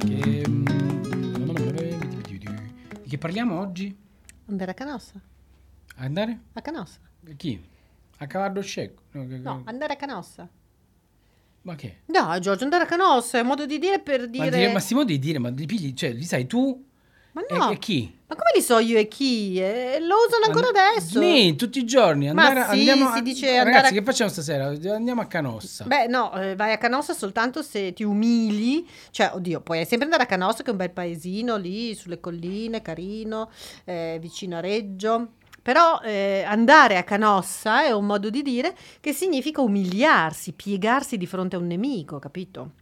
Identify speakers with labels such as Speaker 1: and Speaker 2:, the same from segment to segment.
Speaker 1: Che, mm, di che parliamo oggi?
Speaker 2: Andare a Canossa.
Speaker 1: Andare?
Speaker 2: A Canossa.
Speaker 1: Chi? A cavallo scecco? No, che-
Speaker 2: No, andare a Canossa.
Speaker 1: Ma che?
Speaker 2: No, Giorgio, andare a Canossa è un modo di dire per
Speaker 1: Ma
Speaker 2: dire...
Speaker 1: dire... Massimo devi dire, ma li pigli, cioè li sai tu
Speaker 2: Ma
Speaker 1: e-
Speaker 2: no,
Speaker 1: e, chi?
Speaker 2: ma come li so io e chi? Eh, lo usano ancora
Speaker 1: Ma-
Speaker 2: adesso.
Speaker 1: Sì, tutti i giorni.
Speaker 2: Ma
Speaker 1: Andare,
Speaker 2: sì,
Speaker 1: andiamo,
Speaker 2: si dice
Speaker 1: ragazzi,
Speaker 2: andare a-
Speaker 1: che facciamo stasera? Andiamo a Canossa.
Speaker 2: Beh, no, eh, vai a Canossa soltanto se ti umili, cioè, oddio, puoi sempre andare a Canossa, che è un bel paesino lì sulle colline, carino, eh, vicino a Reggio. Però eh, andare a Canossa è un modo di dire che significa umiliarsi, piegarsi di fronte a un nemico, capito?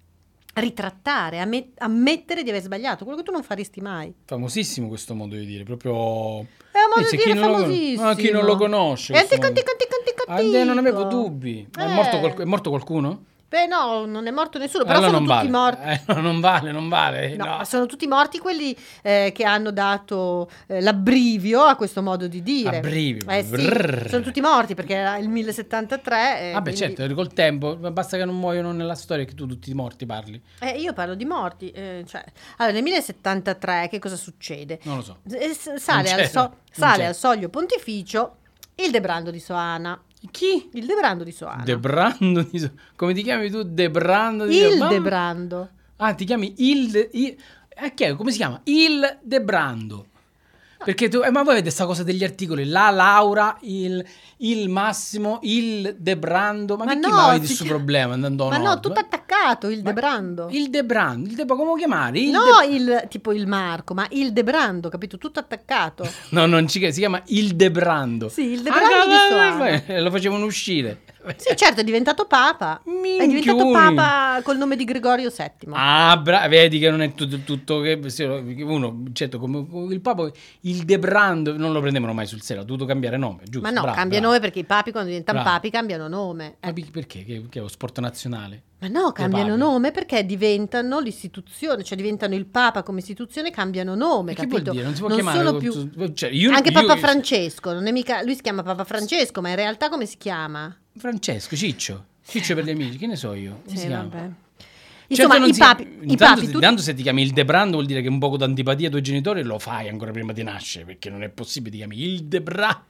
Speaker 2: Ritrattare, amme- ammettere di aver sbagliato, quello che tu non faresti mai.
Speaker 1: Famosissimo questo modo di dire, proprio...
Speaker 2: È un modo
Speaker 1: Dice,
Speaker 2: di
Speaker 1: Eh, chi
Speaker 2: dire
Speaker 1: non lo con-
Speaker 2: famosissimo.
Speaker 1: ma chi non lo conosce,
Speaker 2: E antico,
Speaker 1: insomma.
Speaker 2: antico, antico, antico,
Speaker 1: Ah, eh, non avevo
Speaker 2: antico.
Speaker 1: dubbi. Ma È,
Speaker 2: Eh.
Speaker 1: morto qualc- è morto qualcuno?
Speaker 2: Beh, no, non è morto nessuno, però
Speaker 1: Allora
Speaker 2: sono
Speaker 1: non
Speaker 2: tutti
Speaker 1: vale.
Speaker 2: morti.
Speaker 1: Eh, no, non vale, non vale.
Speaker 2: No,
Speaker 1: Eh, no.
Speaker 2: ma sono tutti morti quelli eh, che hanno dato eh, l'abbrivio a questo modo di dire.
Speaker 1: Abbrivio,
Speaker 2: Eh sì,
Speaker 1: brrr.
Speaker 2: sono tutti morti perché era il 1073. eh,
Speaker 1: Vabbè,
Speaker 2: quindi-
Speaker 1: certo, col tempo, ma basta che non muoiono nella storia che tu tutti i morti parli.
Speaker 2: Eh, io parlo di morti. eh, cioè- Allora, nel 1073 che cosa succede?
Speaker 1: Non lo so.
Speaker 2: Eh, s- sale
Speaker 1: c'era,
Speaker 2: al, so-
Speaker 1: non
Speaker 2: sale
Speaker 1: c'era.
Speaker 2: al soglio pontificio il Debrando di Soana.
Speaker 1: Chi?
Speaker 2: Il Debrando di Soana.
Speaker 1: Debrando di... So- Come ti chiami tu? Debrando di...
Speaker 2: il
Speaker 1: Mamma-
Speaker 2: Debrando.
Speaker 1: Ah, ti chiami il... De- il- eh, che è? Come si chiama? Il Debrando. Perché tu... eh, ma voi vedete sta cosa degli articoli? La Laura, il, il Massimo, il Debrando. Ma,
Speaker 2: Ma
Speaker 1: che
Speaker 2: no,
Speaker 1: chi mai
Speaker 2: si
Speaker 1: questo
Speaker 2: chiama-
Speaker 1: problema andando a
Speaker 2: Ma no,
Speaker 1: nord?
Speaker 2: tutto attaccato, il
Speaker 1: Ma-
Speaker 2: Debrando.
Speaker 1: Il Debrando. Il De- come lo chiamare? Il
Speaker 2: no,
Speaker 1: De-
Speaker 2: il, tipo il Marco, ma il Debrando, capito? Tutto attaccato.
Speaker 1: No, non ci si chiama Il Debrando.
Speaker 2: Sì, il Debrando di Soana.
Speaker 1: Ah, Lo facevano uscire.
Speaker 2: Sì, certo, è diventato papa. È diventato
Speaker 1: Minchioni.
Speaker 2: papa col nome di Gregorio VII.
Speaker 1: Ah, bra- vedi che non è tutto, tutto che se- che uno, certo, come come il Papa, il Debrando non lo prendevano mai sul serio, ha dovuto cambiare nome, giusto?
Speaker 2: Ma no,
Speaker 1: bravo,
Speaker 2: cambia
Speaker 1: bravo.
Speaker 2: nome perché i papi quando diventano
Speaker 1: Bravo.
Speaker 2: papi cambiano nome. Eh,
Speaker 1: Ma pi- perché? Che, che è lo sport nazionale?
Speaker 2: Ma no, cambiano
Speaker 1: papi.
Speaker 2: nome perché diventano l'istituzione, cioè diventano il papa come istituzione, cambiano nome,
Speaker 1: E che vuol
Speaker 2: capito?
Speaker 1: dire? Non si può
Speaker 2: Non
Speaker 1: chiamare
Speaker 2: sono
Speaker 1: con-
Speaker 2: più-
Speaker 1: tu- cioè, io-
Speaker 2: Anche
Speaker 1: io-
Speaker 2: Papa Francesco, non è mica... lui si chiama Papa Francesco, ma in realtà come si chiama?
Speaker 1: Francesco, Ciccio, Ciccio per gli amici, che ne so io? Come
Speaker 2: Sì,
Speaker 1: si chiama?
Speaker 2: Eh, vabbè.
Speaker 1: Certo
Speaker 2: Insomma,
Speaker 1: non
Speaker 2: i
Speaker 1: si-
Speaker 2: papi, i
Speaker 1: intanto
Speaker 2: papi
Speaker 1: se,
Speaker 2: tutti-
Speaker 1: tanto se ti chiami il Debrando vuol dire che un poco d'antipatia ai tuoi genitori lo fai ancora prima di nascere, perché non è possibile ti chiami il Debrando.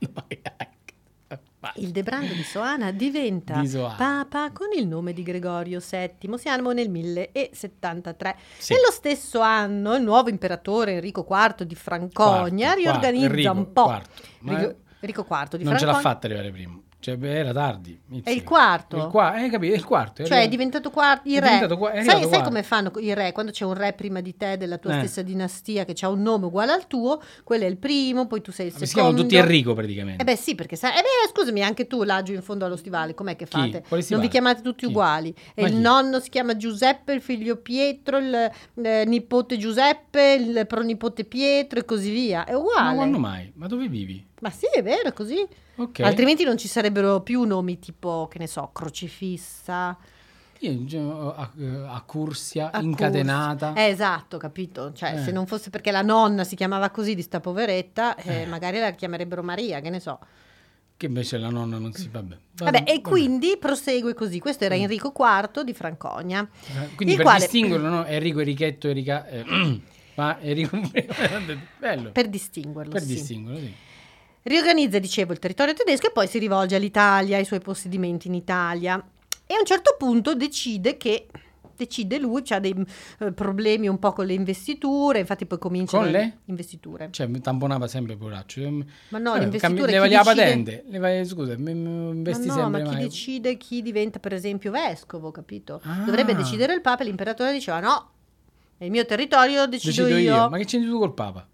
Speaker 1: Ma-
Speaker 2: Il Debrando di Soana diventa
Speaker 1: Di Soana.
Speaker 2: papa con il nome di Gregorio VII, siamo nel 1073.
Speaker 1: Sì.
Speaker 2: Nello stesso anno il nuovo imperatore Enrico IV di Franconia
Speaker 1: Quarto,
Speaker 2: riorganizza
Speaker 1: quarto,
Speaker 2: un po'.
Speaker 1: quarto. Ma eh,
Speaker 2: Enrico- Enrico IV di
Speaker 1: non ce l'ha
Speaker 2: Franconia.
Speaker 1: fatta arrivare prima. Cioè, beh, era tardi.
Speaker 2: È
Speaker 1: inizia.
Speaker 2: il quarto.
Speaker 1: Il qua- eh, capito, è il quarto.
Speaker 2: Cioè è
Speaker 1: diventato
Speaker 2: diventato quarto
Speaker 1: È
Speaker 2: il re.
Speaker 1: diventato qua- è
Speaker 2: sai,
Speaker 1: arrivato
Speaker 2: sai
Speaker 1: quarto.
Speaker 2: come fanno i re? Quando c'è un re prima di te della tua
Speaker 1: Eh.
Speaker 2: stessa dinastia che ha un nome uguale al tuo, quello è il primo, poi tu sei il secondo.
Speaker 1: Ah, Si chiamano tutti Enrico praticamente.
Speaker 2: Eh beh sì, perché sai... Eh beh, scusami, anche tu laggiù in fondo allo stivale, com'è che
Speaker 1: Chi?
Speaker 2: fate?
Speaker 1: Quale si
Speaker 2: Non vi
Speaker 1: parla?
Speaker 2: chiamate tutti
Speaker 1: Chi?
Speaker 2: uguali. E
Speaker 1: Ma
Speaker 2: il
Speaker 1: chi?
Speaker 2: nonno si chiama Giuseppe, il figlio Pietro, il eh, nipote Giuseppe, il pronipote Pietro e così via. È
Speaker 1: Ma
Speaker 2: uguale.
Speaker 1: quando
Speaker 2: Ma,
Speaker 1: mai? Ma dove vivi?
Speaker 2: sì, è vero, è così.
Speaker 1: Ok.
Speaker 2: Altrimenti non ci sarebbero più nomi tipo, che ne so, crocifissa.
Speaker 1: Io cioè, ho a, eh, accursia,
Speaker 2: accorsi.
Speaker 1: incatenata.
Speaker 2: Eh, esatto, capito. Cioè,
Speaker 1: Eh.
Speaker 2: se non fosse perché la nonna si chiamava così di sta poveretta, eh,
Speaker 1: Eh.
Speaker 2: magari la chiamerebbero Maria, che ne so.
Speaker 1: Che invece la nonna non si... Vabbè.
Speaker 2: Vabbè, e quindi prosegue così. Questo
Speaker 1: Mm.
Speaker 2: era Enrico IV di Franconia.
Speaker 1: Eh, Quindi
Speaker 2: il
Speaker 1: per
Speaker 2: quale-
Speaker 1: distinguerlo, no? Enrico, Erichetto, Erica... eh, ma Enrico... eh, Bello. Per,
Speaker 2: Per distinguerlo, sì.
Speaker 1: distinguerlo, sì.
Speaker 2: Riorganizza, dicevo, il territorio tedesco e poi si rivolge all'Italia, ai suoi possedimenti in Italia. E a un certo punto decide che decide lui, ha dei eh, problemi un po' con le investiture, infatti poi cominciano
Speaker 1: Con le?
Speaker 2: investiture.
Speaker 1: Cioè, mi tamponava sempre poraccio. Ehm,
Speaker 2: Ma no,
Speaker 1: Vabbè,
Speaker 2: le
Speaker 1: cambi-
Speaker 2: investiture chi
Speaker 1: levali la
Speaker 2: decide-
Speaker 1: patente. Levali, scusa, mi- mi-
Speaker 2: Ma
Speaker 1: investi
Speaker 2: no,
Speaker 1: sempre
Speaker 2: ma chi
Speaker 1: mai.
Speaker 2: decide chi diventa per esempio vescovo, capito?
Speaker 1: Ah.
Speaker 2: Dovrebbe decidere il Papa e l'imperatore diceva no, è il mio territorio, decido,
Speaker 1: Decido io. Ma che c'entri tu col Papa?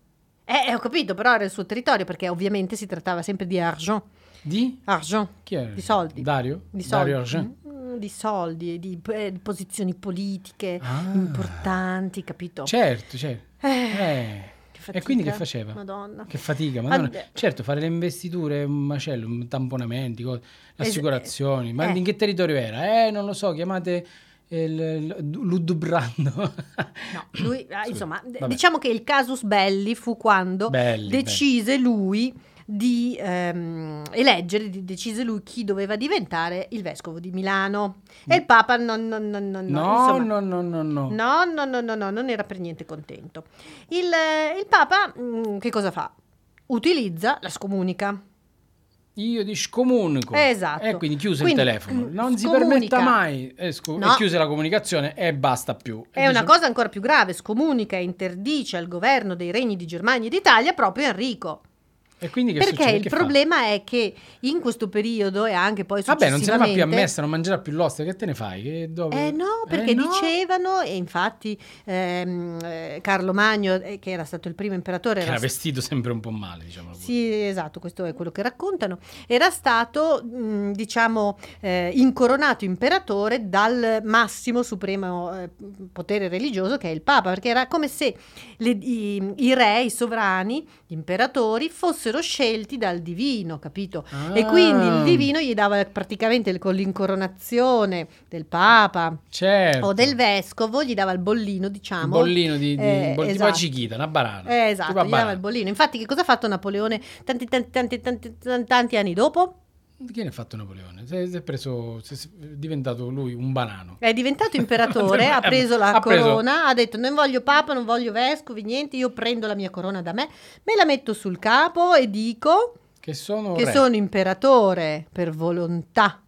Speaker 2: Eh, eh, ho capito, però era il suo territorio perché ovviamente si trattava sempre di argent.
Speaker 1: Di?
Speaker 2: Argent,
Speaker 1: Chi era?
Speaker 2: Di soldi.
Speaker 1: Dario?
Speaker 2: di soldi.
Speaker 1: Dario Argent.
Speaker 2: Mm, Di soldi, di eh, di posizioni politiche
Speaker 1: Ah.
Speaker 2: importanti, capito?
Speaker 1: Certo, certo. Eh.
Speaker 2: che
Speaker 1: E quindi che
Speaker 2: fatica.
Speaker 1: faceva?
Speaker 2: Madonna.
Speaker 1: Che fatica, madonna.
Speaker 2: Vabbè.
Speaker 1: Certo, fare le investiture è un macello, un tamponamenti, cose, le
Speaker 2: Es-
Speaker 1: assicurazioni. Ma
Speaker 2: eh.
Speaker 1: in che territorio era? Eh, non lo so, chiamate eh, l- l- Ludbrando.
Speaker 2: No, lui, ah,
Speaker 1: Sì,
Speaker 2: insomma, d-
Speaker 1: vabbè.
Speaker 2: diciamo che il casus belli fu quando
Speaker 1: Belli,
Speaker 2: decise lui di ehm, eleggere, di- decise lui chi doveva diventare il vescovo di Milano. E il Papa non, non, non, non,
Speaker 1: belli.
Speaker 2: non,
Speaker 1: Mm. No, no,
Speaker 2: insomma,
Speaker 1: no, no, no.
Speaker 2: No, no, no, no, no, non era per niente contento. Il, eh, il Papa mm, che cosa fa? Utilizza la scomunica.
Speaker 1: Io di scomunico.
Speaker 2: Esatto.
Speaker 1: E quindi chiuse
Speaker 2: Quindi,
Speaker 1: il telefono.
Speaker 2: mm,
Speaker 1: Non si
Speaker 2: scomunica.
Speaker 1: permetta mai. E, scu-
Speaker 2: No.
Speaker 1: e chiuse la comunicazione e basta più. E
Speaker 2: È una
Speaker 1: dice-
Speaker 2: cosa ancora più grave, scomunica e interdice al governo dei regni di Germania e d'Italia proprio Enrico.
Speaker 1: E quindi che
Speaker 2: Perché
Speaker 1: succede?
Speaker 2: il
Speaker 1: Che fa?
Speaker 2: problema è che in questo periodo e anche poi
Speaker 1: Vabbè, non
Speaker 2: successivamente...
Speaker 1: se ne va più a messa, non mangerà più l'ostia, che te ne fai? Che dove-
Speaker 2: Eh no,
Speaker 1: Eh
Speaker 2: perché
Speaker 1: no.
Speaker 2: dicevano, e infatti ehm, eh, Carlo Magno, eh, che era stato il primo imperatore,
Speaker 1: Che
Speaker 2: era
Speaker 1: era vestito sempre un po' male, diciamo.
Speaker 2: Sì, esatto, questo è quello che raccontano. Era stato, mh, diciamo, eh, incoronato imperatore dal massimo supremo eh, potere religioso che è il Papa, perché era come se le- i, i re, i sovrani, gli imperatori fossero scelti dal divino, capito?
Speaker 1: Ah.
Speaker 2: E quindi il divino gli dava praticamente il- con l'incoronazione del Papa
Speaker 1: Certo.
Speaker 2: o del vescovo, gli dava il bollino, diciamo,
Speaker 1: Il bollino di, di
Speaker 2: Eh,
Speaker 1: boll- tipo
Speaker 2: esatto.
Speaker 1: la cichita, una banana.
Speaker 2: eh,
Speaker 1: Tipo
Speaker 2: esatto,
Speaker 1: la
Speaker 2: gli dava
Speaker 1: banana.
Speaker 2: il bollino. Infatti, che cosa ha fatto Napoleone tanti, tanti, tanti, tanti, tanti, tanti anni dopo?
Speaker 1: Chi ne ha fatto Napoleone? Si è, si è preso, si è- si è diventato lui un banano.
Speaker 2: È diventato imperatore, ha preso la
Speaker 1: eh, Ha preso-
Speaker 2: corona, ha detto non voglio papa, non voglio vescovi, niente, io prendo la mia corona da me, me la metto sul capo e dico
Speaker 1: Che sono
Speaker 2: che
Speaker 1: re.
Speaker 2: sono imperatore per volontà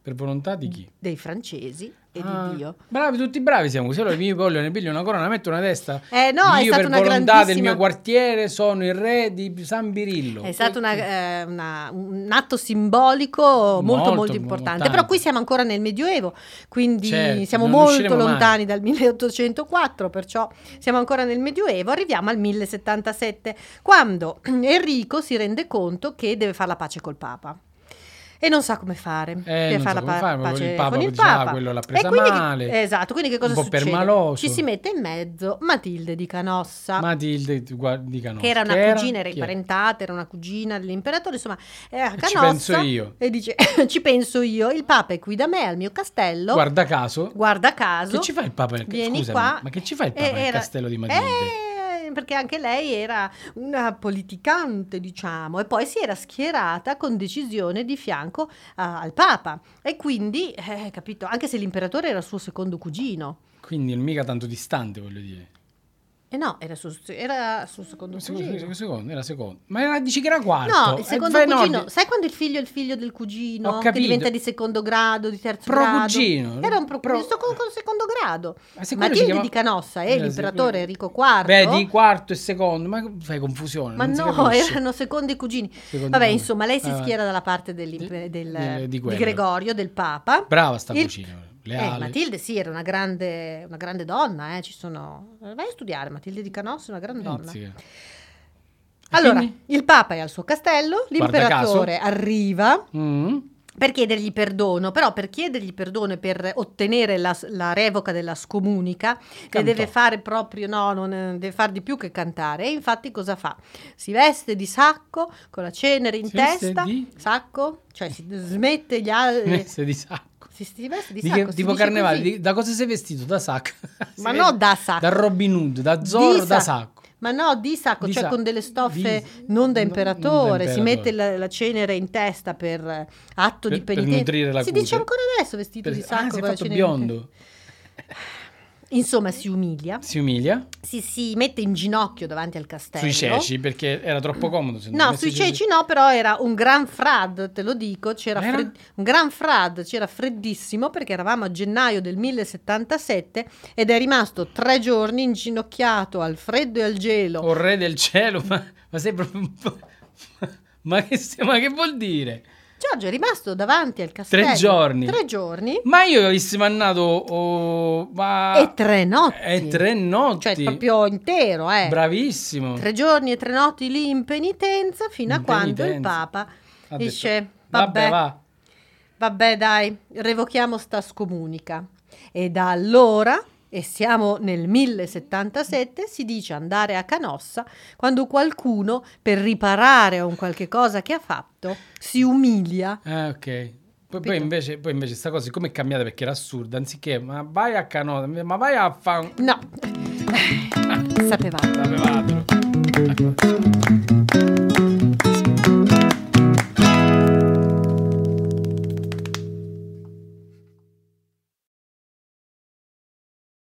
Speaker 1: Per volontà di chi?
Speaker 2: dei francesi e
Speaker 1: Ah,
Speaker 2: di Dio.
Speaker 1: Bravi, tutti bravi siamo così. Allora mi voglio, ne piglio una corona, metto una testa.
Speaker 2: Eh no, è
Speaker 1: Io
Speaker 2: stata
Speaker 1: per
Speaker 2: una
Speaker 1: volontà
Speaker 2: grandissima...
Speaker 1: del mio quartiere sono il re di San Birillo.
Speaker 2: È stato una-
Speaker 1: E-
Speaker 2: eh, una- un atto simbolico molto, molto,
Speaker 1: Molto,
Speaker 2: importante.
Speaker 1: importante.
Speaker 2: Però qui siamo ancora nel Medioevo, quindi
Speaker 1: Certo,
Speaker 2: siamo
Speaker 1: non
Speaker 2: molto
Speaker 1: riusciremo mai.
Speaker 2: lontani dal 1804, perciò siamo ancora nel Medioevo, arriviamo al 1077, quando Enrico si rende conto che deve fare la pace col Papa. E non sa come fare
Speaker 1: Eh,
Speaker 2: per
Speaker 1: non
Speaker 2: fare
Speaker 1: so
Speaker 2: la pa-
Speaker 1: come fare, ma
Speaker 2: pace
Speaker 1: il Papa
Speaker 2: con il
Speaker 1: dice, ah,
Speaker 2: Papa.
Speaker 1: quello l'ha
Speaker 2: e
Speaker 1: presa
Speaker 2: quindi, che-
Speaker 1: male.
Speaker 2: esatto, quindi che cosa
Speaker 1: Un po'
Speaker 2: succede?
Speaker 1: permaloso.
Speaker 2: Ci si mette in mezzo Matilde di Canossa.
Speaker 1: Matilde di Gua- di Canossa.
Speaker 2: Che era una cugina, era
Speaker 1: chi era?
Speaker 2: imparentata, era una cugina dell'imperatore, insomma, è a
Speaker 1: Ci
Speaker 2: Canossa.
Speaker 1: penso io.
Speaker 2: E dice, ci penso io, il Papa è qui da me, al mio castello, guarda,
Speaker 1: Guarda caso.
Speaker 2: caso.
Speaker 1: Che ci fa il Papa nel
Speaker 2: Vieni
Speaker 1: Scusami,
Speaker 2: qua.
Speaker 1: ma che ci fa il Papa
Speaker 2: Eh,
Speaker 1: nel
Speaker 2: era-
Speaker 1: castello di Matilde?
Speaker 2: Eh, perché anche lei era una politicante, diciamo, e poi si era schierata con decisione di fianco ah, al Papa. E quindi, eh, capito, anche se l'imperatore era suo secondo cugino.
Speaker 1: Quindi non mica tanto distante, voglio dire.
Speaker 2: E no, era suo, era suo secondo
Speaker 1: Un
Speaker 2: cugino.
Speaker 1: secondo, un secondo, era secondo. Ma era, dici che era quarto.
Speaker 2: No, il
Speaker 1: Eh,
Speaker 2: secondo
Speaker 1: fai
Speaker 2: cugino.
Speaker 1: nord-
Speaker 2: Sai quando il figlio è il figlio del cugino?
Speaker 1: Ho
Speaker 2: Che
Speaker 1: capito.
Speaker 2: diventa di secondo grado, di terzo
Speaker 1: Pro
Speaker 2: grado.
Speaker 1: cugino.
Speaker 2: Era un pro,
Speaker 1: Pro- Eh,
Speaker 2: sto con, con secondo grado.
Speaker 1: Ma se quello si
Speaker 2: Matilde
Speaker 1: chiama-
Speaker 2: di Canossa e
Speaker 1: Eh,
Speaker 2: l'imperatore
Speaker 1: sì,
Speaker 2: Enrico IV.
Speaker 1: Vedi, quarto e secondo. Ma fai confusione.
Speaker 2: Ma
Speaker 1: non si
Speaker 2: no,
Speaker 1: capisce.
Speaker 2: erano secondi cugini.
Speaker 1: Secondo
Speaker 2: Vabbè,
Speaker 1: me.
Speaker 2: insomma, lei si
Speaker 1: Ah,
Speaker 2: schiera dalla parte dell'impe-
Speaker 1: Di-
Speaker 2: del-
Speaker 1: del- di
Speaker 2: di,
Speaker 1: quello.
Speaker 2: Gregorio, del Papa.
Speaker 1: Brava sta
Speaker 2: Il-
Speaker 1: cucina.
Speaker 2: Eh,
Speaker 1: Leale.
Speaker 2: Matilde sì, era una grande, una grande donna, eh, ci sono... Vai a studiare, Matilde di Canossa è una
Speaker 1: Mm,
Speaker 2: grande donna.
Speaker 1: Anzi, che-
Speaker 2: Allora,
Speaker 1: quindi?
Speaker 2: il Papa è al suo castello,
Speaker 1: Guarda
Speaker 2: l'imperatore arriva,
Speaker 1: Mm.
Speaker 2: per chiedergli perdono, però per chiedergli perdono e per ottenere la, la revoca della scomunica
Speaker 1: Cantò.
Speaker 2: che deve fare proprio, no, non eh, deve far di più che cantare. E infatti cosa fa? Si veste di sacco con la cenere in
Speaker 1: Si veste
Speaker 2: testa,
Speaker 1: di-
Speaker 2: sacco, cioè si smette gli altri.
Speaker 1: Messe di sacco.
Speaker 2: Si, si veste di,
Speaker 1: Di
Speaker 2: sacco.
Speaker 1: che-
Speaker 2: si
Speaker 1: tipo
Speaker 2: dice
Speaker 1: carnevale.
Speaker 2: così.
Speaker 1: di- da cosa sei vestito? Da sacco.
Speaker 2: Ma
Speaker 1: Sei-
Speaker 2: no da sacco.
Speaker 1: Da Robin Hood, da
Speaker 2: Di
Speaker 1: Zorro, da
Speaker 2: sac-
Speaker 1: sacco.
Speaker 2: Ma no, di sacco,
Speaker 1: Di
Speaker 2: cioè
Speaker 1: sac-
Speaker 2: con delle stoffe
Speaker 1: di-
Speaker 2: non da
Speaker 1: no-
Speaker 2: imperatore,
Speaker 1: non da
Speaker 2: si mette la, la cenere in testa per eh, atto
Speaker 1: Per-
Speaker 2: di
Speaker 1: per
Speaker 2: penitenza.
Speaker 1: nutrire la
Speaker 2: si
Speaker 1: cute.
Speaker 2: dice ancora adesso vestito
Speaker 1: Per-
Speaker 2: di
Speaker 1: ah,
Speaker 2: sacco
Speaker 1: si è
Speaker 2: con la
Speaker 1: fatto
Speaker 2: cenere in testa.
Speaker 1: biondo.
Speaker 2: Insomma, si umilia,
Speaker 1: Si umilia.
Speaker 2: si, si mette in ginocchio davanti al castello.
Speaker 1: Sui ceci, perché era troppo comodo. se non
Speaker 2: No,
Speaker 1: avessi
Speaker 2: sui
Speaker 1: i
Speaker 2: ceci no, però era un gran frad, te lo dico, c'era
Speaker 1: Era?
Speaker 2: fred- un gran frad, c'era freddissimo perché eravamo a gennaio del 1077 ed è rimasto tre giorni inginocchiato al freddo e al gelo.
Speaker 1: Oh re del cielo, ma, ma sei proprio un po'- Ma che, se- ma che vuol dire?
Speaker 2: Giorgio è rimasto davanti al castello
Speaker 1: giorni.
Speaker 2: tre giorni
Speaker 1: Ma io avessi mannato... oh, ma...
Speaker 2: e tre notti.
Speaker 1: E tre notti.
Speaker 2: Cioè proprio intero, eh.
Speaker 1: Bravissimo.
Speaker 2: Tre giorni e tre notti lì in penitenza fino a
Speaker 1: In
Speaker 2: quando il
Speaker 1: penitenza.
Speaker 2: Papa
Speaker 1: Ha detto,
Speaker 2: dice
Speaker 1: Vabbè,
Speaker 2: vabbè
Speaker 1: va.
Speaker 2: Vabbè, dai, revochiamo sta scomunica. E da allora, e siamo nel 1077, si dice andare a Canossa quando qualcuno, per riparare a un qualche cosa che ha fatto, si umilia.
Speaker 1: Ah, ok. Poi,
Speaker 2: capito?
Speaker 1: poi invece, poi invece sta cosa, siccome è cambiata perché era assurda, anziché ma vai a Canosa, ma vai a fan...
Speaker 2: No, sapevate.
Speaker 1: Sapevatelo.